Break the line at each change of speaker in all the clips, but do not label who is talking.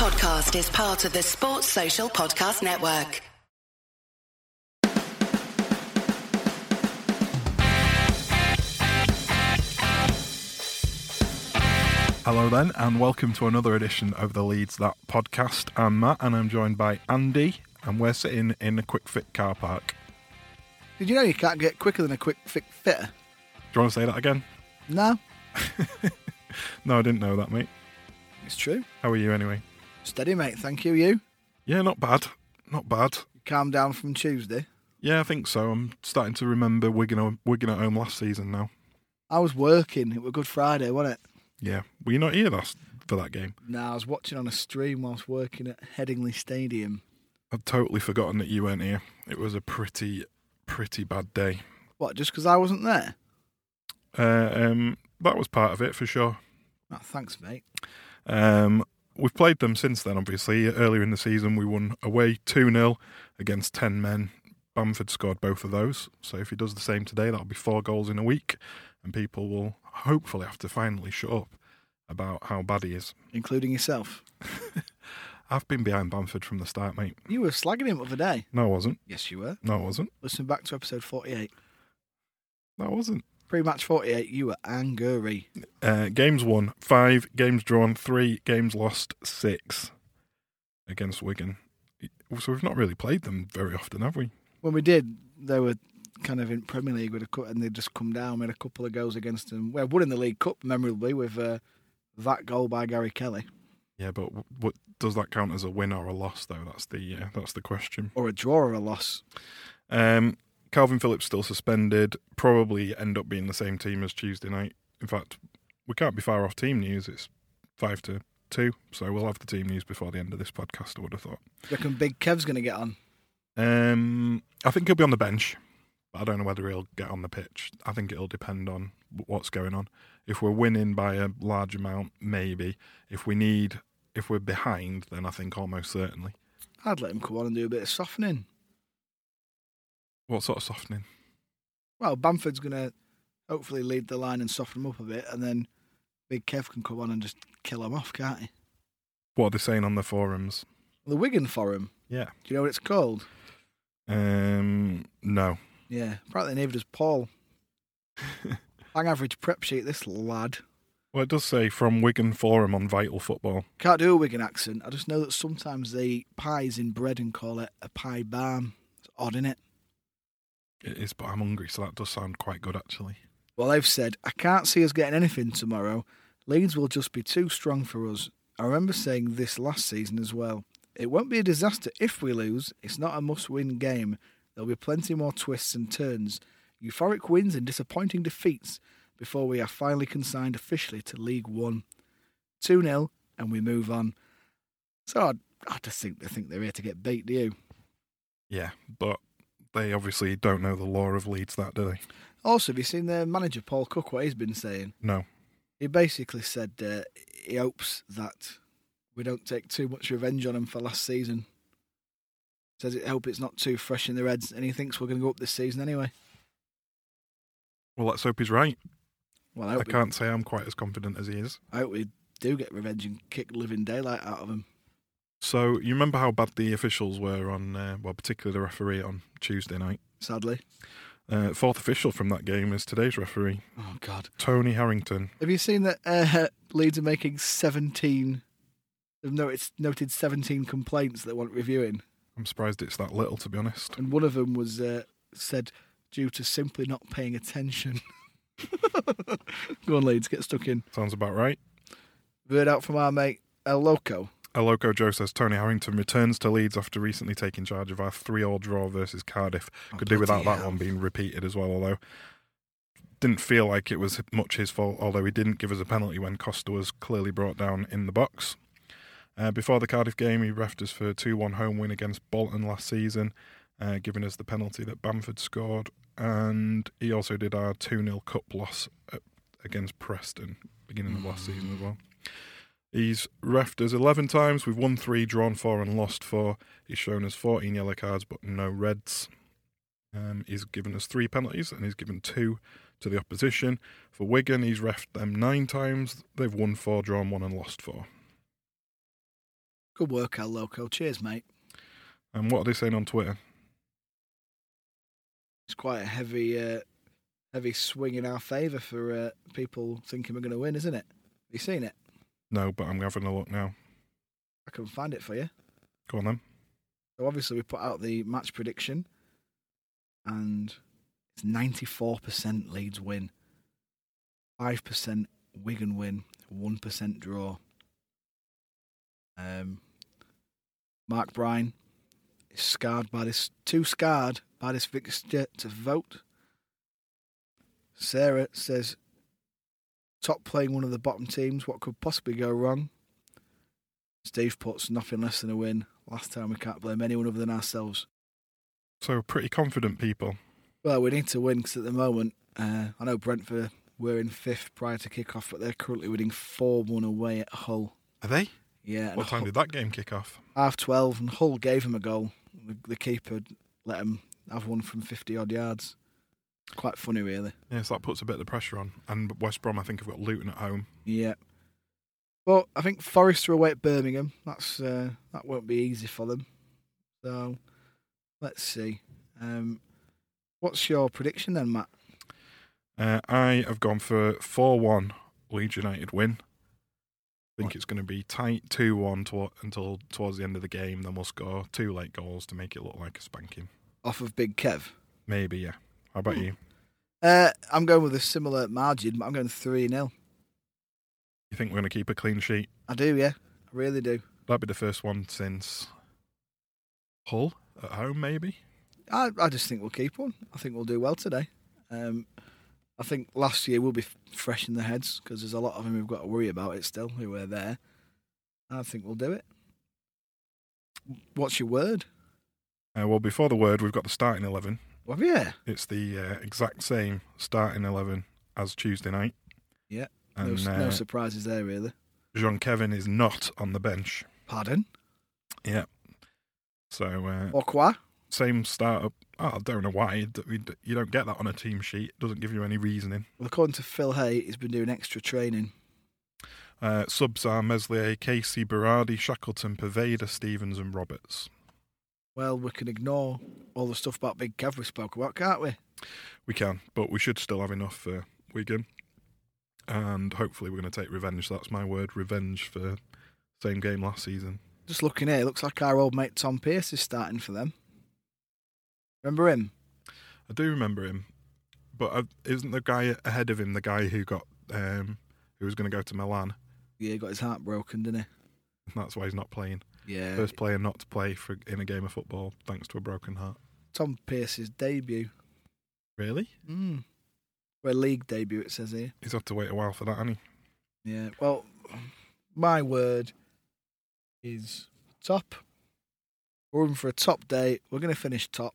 podcast is part of the Sports Social Podcast Network.
Hello, then, and welcome to another edition of the Leeds That podcast. I'm Matt, and I'm joined by Andy, and we're sitting in a quick fit car park.
Did you know you can't get quicker than a quick fit fitter?
Do you want to say that again?
No,
No, I didn't know that, mate.
it's true.
How are you anyway?
Steady, mate. Thank you. You
Yeah, not bad. Not bad.
calm down from Tuesday.
Yeah, I think so. I'm starting to remember Wigan, Wigan at home last season now.
I was working. It was Good Friday, wasn't it?
Yeah. Were you not here last for that game?
No, I was watching on a stream whilst working at Headingley Stadium.
I'd totally forgotten that you weren't here. It was a pretty, pretty bad day.
What? Just because I wasn't there?
Uh, um, that was part of it for sure.
Oh, thanks, mate.
Um, we've played them since then, obviously. Earlier in the season, we won away 2 0 against 10 men. Bamford scored both of those. So if he does the same today, that'll be four goals in a week. And people will hopefully have to finally shut up about how bad he is.
Including yourself.
I've been behind Bamford from the start, mate.
You were slagging him the other day.
No, I wasn't.
Yes, you were.
No, I wasn't.
Listen back to episode 48.
No, I wasn't.
Pre-match 48, you were angry.
Uh, games won five, games drawn three, games lost six against Wigan. So we've not really played them very often, have we?
When we did, they were kind of in Premier League with a cut, and they just come down. We had a couple of goals against them. We won in the League Cup memorably with uh, that goal by Gary Kelly.
Yeah, but w- what does that count as a win or a loss? Though that's the uh, that's the question.
or a draw or a loss.
Um, Calvin Phillips still suspended. Probably end up being the same team as Tuesday night. In fact, we can't be far off team news. It's five to two, so we'll have the team news before the end of this podcast. I would have thought.
Do you reckon Big Kev's going to get on?
Um, I think he'll be on the bench, but I don't know whether he'll get on the pitch. I think it'll depend on w- what's going on. If we're winning by a large amount, maybe. If we need, if we're behind, then I think almost certainly.
I'd let him come on and do a bit of softening.
What sort of softening?
Well, Bamford's going to hopefully lead the line and soften him up a bit, and then Big Kev can come on and just kill him off, can't he?
what are they saying on the forums?
The Wigan Forum.
Yeah.
Do you know what it's called?
Um. No.
Yeah, apparently neither does Paul. Bang average prep sheet, this lad.
Well, it does say from Wigan Forum on Vital Football.
Can't do a Wigan accent. I just know that sometimes they eat pies in bread and call it a pie barm. It's odd, innit?
It is, but I'm hungry, so that does sound quite good actually.
Well, they've said, I can't see us getting anything tomorrow. Leeds will just be too strong for us. I remember saying this last season as well. It won't be a disaster if we lose. It's not a must win game. There'll be plenty more twists and turns, euphoric wins and disappointing defeats before we are finally consigned officially to League One. 2 0, and we move on. So I, I just think they think they're here to get beat, do you?
Yeah, but they obviously don't know the law of Leeds, that do they?
Also, have you seen their manager, Paul Cook, what he's been saying?
No.
he basically said uh, he hopes that we don't take too much revenge on him for last season. Says it hope it's not too fresh in their heads, and he thinks we're going to go up this season anyway.
Well, let's hope he's right.
Well, I
I
hope, we,
can't say I'm quite as confident as he is.
I hope we do get revenge and kick living daylight out of him.
So you remember how bad the officials were on, uh, well, particularly the referee on Tuesday night.
Sadly,
Uh, fourth official from that game is today's referee,
oh god,
Tony Harrington.
have you seen that uh, Leeds are making seventeen? They've noted, noted seventeen complaints that want reviewing,
I'm surprised it's that little, to be honest.
and one of them was uh, said due to simply not paying attention. go on, Leeds, get stuck in.
Sounds about right.
Word out from our mate El Loco.
A Loco Joe says Tony Harrington returns to Leeds after recently taking charge of our 3 all draw versus Cardiff. Could do without that one being repeated as well, although didn't feel like it was much his fault, although he didn't give us a penalty when Costa was clearly brought down in the box. Uh, before the Cardiff game, he refed us for a 2 1 home win against Bolton last season, uh, giving us the penalty that Bamford scored. And he also did our 2 0 cup loss uh, against Preston, beginning of last season as well. He's refed us 11 times. We've won three, drawn four, and lost four. He's shown us 14 yellow cards, but no reds. Um, he's given us three penalties and he's given two to the opposition. For Wigan, he's refed them nine times. They've won four, drawn one, and lost four.
Good work, El Loco. Cheers, mate.
And what are they saying on Twitter?
It's quite a heavy, uh, heavy swing in our favour for uh, people thinking we're going to win, isn't it? Have you seen it?
No, but I'm having a look now.
I can find it for you.
Go on then.
So obviously we put out the match prediction, and it's ninety four percent Leeds win, five percent Wigan win, one percent draw. Um, Mark Bryan is scarred by this, too scarred by this fixture to vote. Sarah says, top playing one of the bottom teams, what could possibly go wrong? Steve puts nothing less than a win. Last time we can't blame anyone other than ourselves.
So pretty confident people.
Well, we need to win because at the moment, uh, I know Brentford were in fifth prior to kick-off, but they're currently winning 4 1 away at Hull.
Are they?
Yeah, and
What time
Hull-
did that game kick off?
half 12, and Hull gave him a goal. The, the keeper let him have one from 50 odd yards. Quite funny, really.
Yes, that puts a bit of pressure on. And West Brom, I think, have got Luton at home.
Yeah. But I think Forest are away at Birmingham. That's uh, that won't be easy for them. So let's see. Um, what's your prediction then, Matt?
Uh, I have gone for 4 1 Leeds United win. I think it's going to be tight 2 1 to- until towards the end of the game. Then we'll score two late goals to make it look like a spanking.
Off of Big Kev.
Maybe, yeah. How about you?
Uh, I'm going with a similar margin, but I'm going three 0
You think we're going to keep a clean sheet?
I do, yeah, I really do.
That'd be the first one since Hull at home, maybe.
I, I just think we'll keep one. I think we'll do well today. Um, I think last year we'll be f- fresh in the heads because there's a lot of them we've got to worry about it still who are there. I think we'll do it. What's your word?
Uh, well, before the word, we've got the starting 11.
Well, yeah,
It's the uh, exact same starting 11 as Tuesday night.
Yeah. no,
And
s-
uh,
no surprises there really.
Jean Kevin is not on the bench.
Pardon?
Yeah. So uh,
Au quoi?
same startup. Oh, I don't know why d- we d- you don't get that on a team sheet. It doesn't give you any reasoning.
Well, according to Phil Hay, he's been doing extra training.
Uh, subs are Meslier, Casey, Berardi, Shackleton, Pervader, Stevens, and Roberts.
Well, we can ignore all the stuff about Big Kev we spoke about, can't we?
We can, but we should still have enough for Wigan. And hopefully, we're going to take revenge. That's my word, revenge for same game last season.
Just looking here, looks like our old mate Tom Pierce is starting for them. Remember him?
I do remember him, but uh, isn't the guy ahead of him the guy who got um, who was going to go to Milan?
Yeah, he got his heart broken, didn't
That's why he's not playing.
he? Yeah.
First player not to play for in a game of football thanks to a broken heart.
Tom Pierce's debut.
Really?
Mm. Well, league debut, it says here.
He's had to wait a while for that, hasn't
Yeah. Well, my word is top. We're in for a top day. We're going to finish top.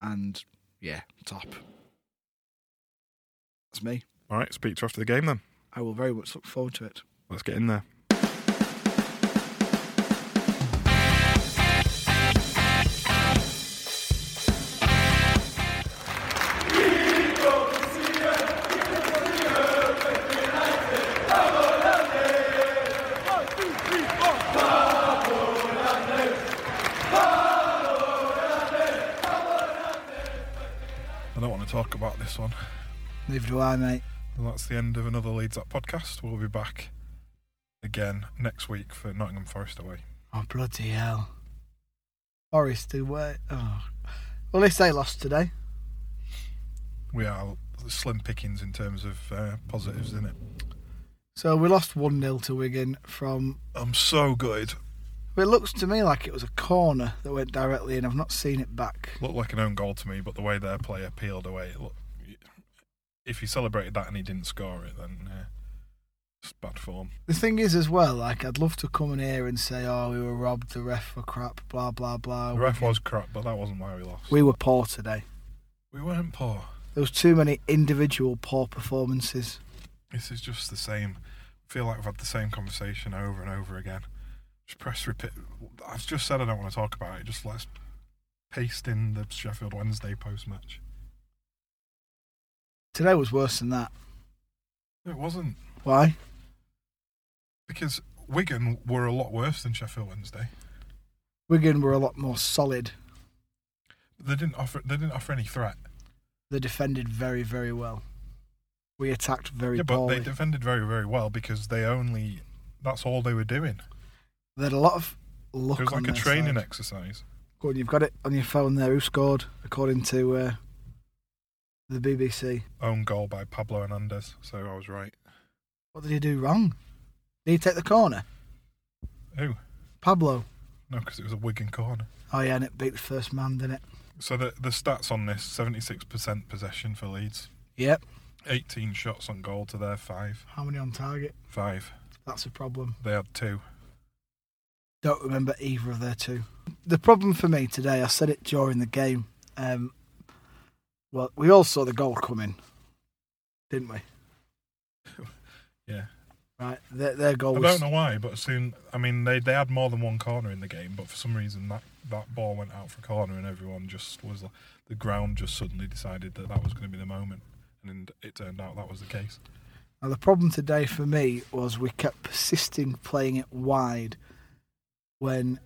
And yeah, top. That's me.
he? All right, speak to you after the game then.
I will very much look forward to it.
Let's get in there. I don't want to talk about this one.
Neither do I, mate.
And that's the end of another Leeds Up podcast. We'll be back again next week for Nottingham Forest away.
Oh, bloody hell. Forest away. Oh. Well, at least they lost today.
We are slim pickings in terms of uh, positives, isn't it?
So we lost 1 0 to Wigan from
I'm so good.
But it looks to me like it was a corner that went directly in. I've not seen it back.
Looked like an own goal to me, but the way their player peeled away, it looked, if he celebrated that and he didn't score it, then uh, it's bad form.
The thing is, as well, like I'd love to come in here and say, "Oh, we were robbed. The ref were crap. Blah blah blah."
The ref was crap, but that wasn't why we lost.
Uh, We were poor today.
we weren't poor.
There was too many individual poor performances.
This is just the same. feel like we've had the same conversation over and over again. Just press repeat. I've just said I don't want to talk about it. Just let's paste in the Sheffield Wednesday post match.
Today was worse than that.
It wasn't
Why?
because Wigan were a lot worse than Sheffield Wednesday.
Wigan were a lot more solid.
They didn't offer. They didn't offer any threat.
They defended very, very well. We attacked very
yeah, but
poorly.
they defended very, very well because they only. That's all they were doing.
They had a lot of luck.
it was
on
like a
their
training
side.
exercise.
Go on, you've got it on your phone there. Who scored according to uh, the BBC?
Own goal by Pablo Hernandez. So I was right.
What did he do wrong? Did he take the corner?
Who?
Pablo.
No, because it was a Wigan corner.
Oh yeah, and it beat the first man, didn't it?
So the the stats on this: seventy six percent possession for Leeds,
Yep.
eighteen shots on goal to their five.
How many on target?
Five.
That's a problem.
They had two.
Don't remember either of their two. The problem for me today, I said it during the game. Um, well, we all saw the goal coming, didn't we?
Yeah.
Right, their, their goal
I
was
don't know why, but soon. I mean, they they had more than one corner in the game, but for some reason that that ball went out for corner, and everyone just was like, the ground just suddenly decided that that was going to be the moment, and it turned out that was the case.
Now, the problem today for me was we kept persisting playing it wide when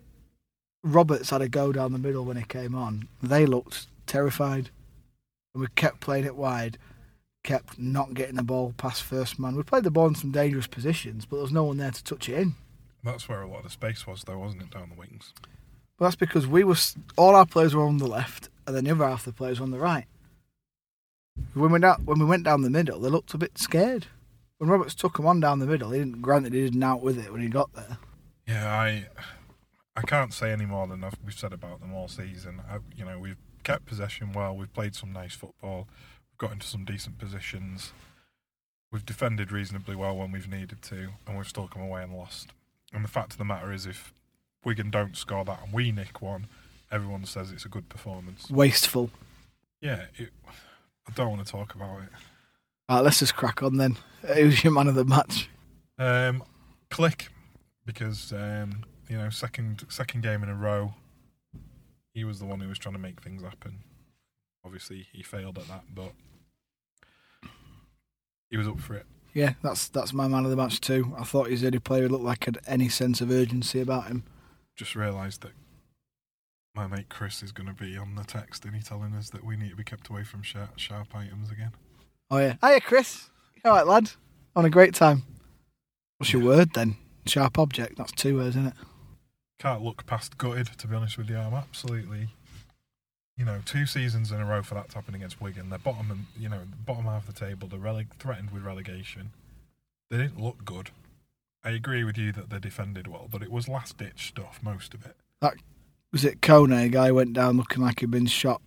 Roberts had a go down the middle when he came on. They looked terrified. And we kept playing it wide, kept not getting the ball past first man. We played the ball in some dangerous positions, but there was no one there to touch it in.
That's where a lot of the space was, though, wasn't it, down the wings?
But that's because we were all our players were on the left, and then the other half of the players were on the right. When we went out, when we went down the middle, they looked a bit scared. When Roberts took him on down the middle, he didn't. Granted, he didn't out with it when he got there.
Yeah, I I can't say any more than I've, we've said about them all season. I, you know, we've kept possession well. We've played some nice football. We've got into some decent positions. We've defended reasonably well when we've needed to, and we've still come away and lost. And the fact of the matter is, if Wigan don't score that and we nick one, everyone says it's a good performance.
Wasteful.
Yeah, it, I don't want to talk about it.
All right, let's just crack on then. Who's your man of the match?
Um, click because um, you know second second game in a row, he was the one who was trying to make things happen. Obviously, he failed at that, but he was up for it.
Yeah, that's that's my man of the match too. I thought he's the only player who looked like had any sense of urgency about him.
Just realised that my mate Chris is going to be on the text, and he telling us that we need to be kept away from sharp, sharp items again.
Oh yeah. Hiya, Chris. You All right, lad. Having a great time. What's your word then? Sharp object. That's two words, isn't it?
Can't look past gutted, to be honest with you. I'm absolutely, you know, two seasons in a row for that's happened against Wigan. They're bottom, and you know, bottom half of the table. They're releg- threatened with relegation. They didn't look good. I agree with you that they defended well, but it was last ditch stuff, most of it.
was it Kone? A guy went down looking like he'd been shot.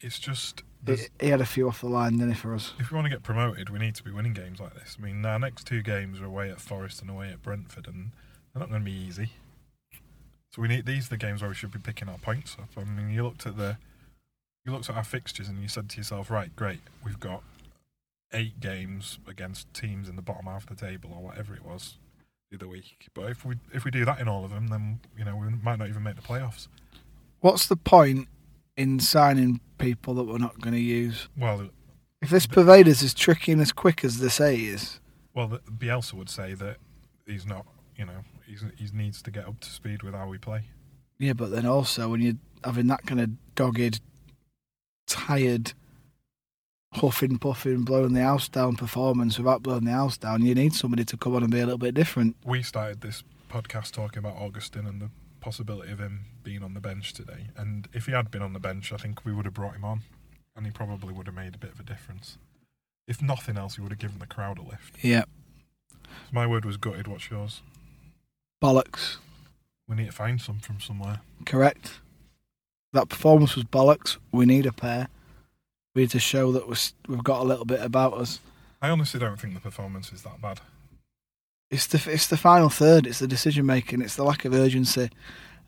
It's just, there's-
He, he had a few off the line, didn't he, for us?
if we want to get promoted, we need to be winning games like this. I mean, our next two games are away at Forest and away at Brentford, and they're not going to be easy. So we need these are the games where we should be picking our points up. I mean, you looked at the, you looked at our fixtures and you said to yourself, right, great, we've got eight games against teams in the bottom half of the table or whatever it was the other week. But if we if we do that in all of them, then you know we might not even make the playoffs.
What's the point in signing people that we're not going to use?
Well,
If this pervader's as tricky and as quick as they say he is,
well, the- Bielsa would say that he's not. You know, he's, he needs to get up to speed with how we play.
yeah, but then also when you're having that kind of dogged, tired, huffing, puffing, blowing the house down performance without blowing the house down, you need somebody to come on and be a little bit different.
we started this podcast talking about Augustin and the possibility of him being on the bench today. And if he had been on the bench, I think we would have brought him on, and he probably would have made a bit of a difference. If nothing else, he would have given the crowd a lift.
Yeah,
My word was gutted. What's yours?
bollocks.
We need to find some from somewhere.
Correct. That performance was bollocks. We need a pair. We need to show that we're, s- we've got a little bit about us.
I honestly don't think the performance is that bad.
It's the it's the final third. It's the decision making. It's the lack of urgency.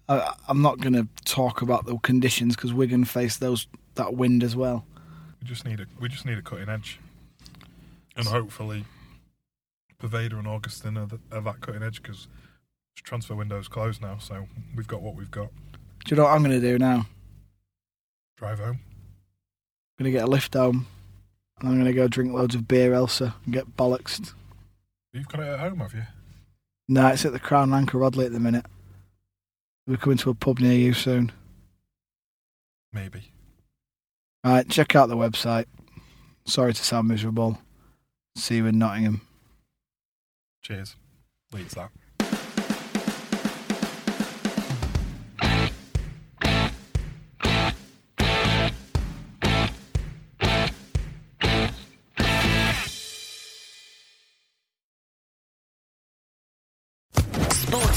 I, I'm not going to talk about the conditions because Wigan faced those that wind as well.
We just need a we just need a cutting edge, and hopefully, Pervader and Augustin are, th are that cutting edge because transfer window's closed now, so we've got what we've got.
Do you know what I'm going to do now?
Drive home.
I'm going to get a lift home, and I'm going to go drink loads of beer, Elsa, and get bollocksed.
You've got it at home, have you?
No, it's at the Crown and Anchor Rodley at the minute. We're coming to a pub near you soon.
Maybe.
Right, check out the website. Sorry to sound miserable. See you in Nottingham.
Cheers. Leads that.
Sports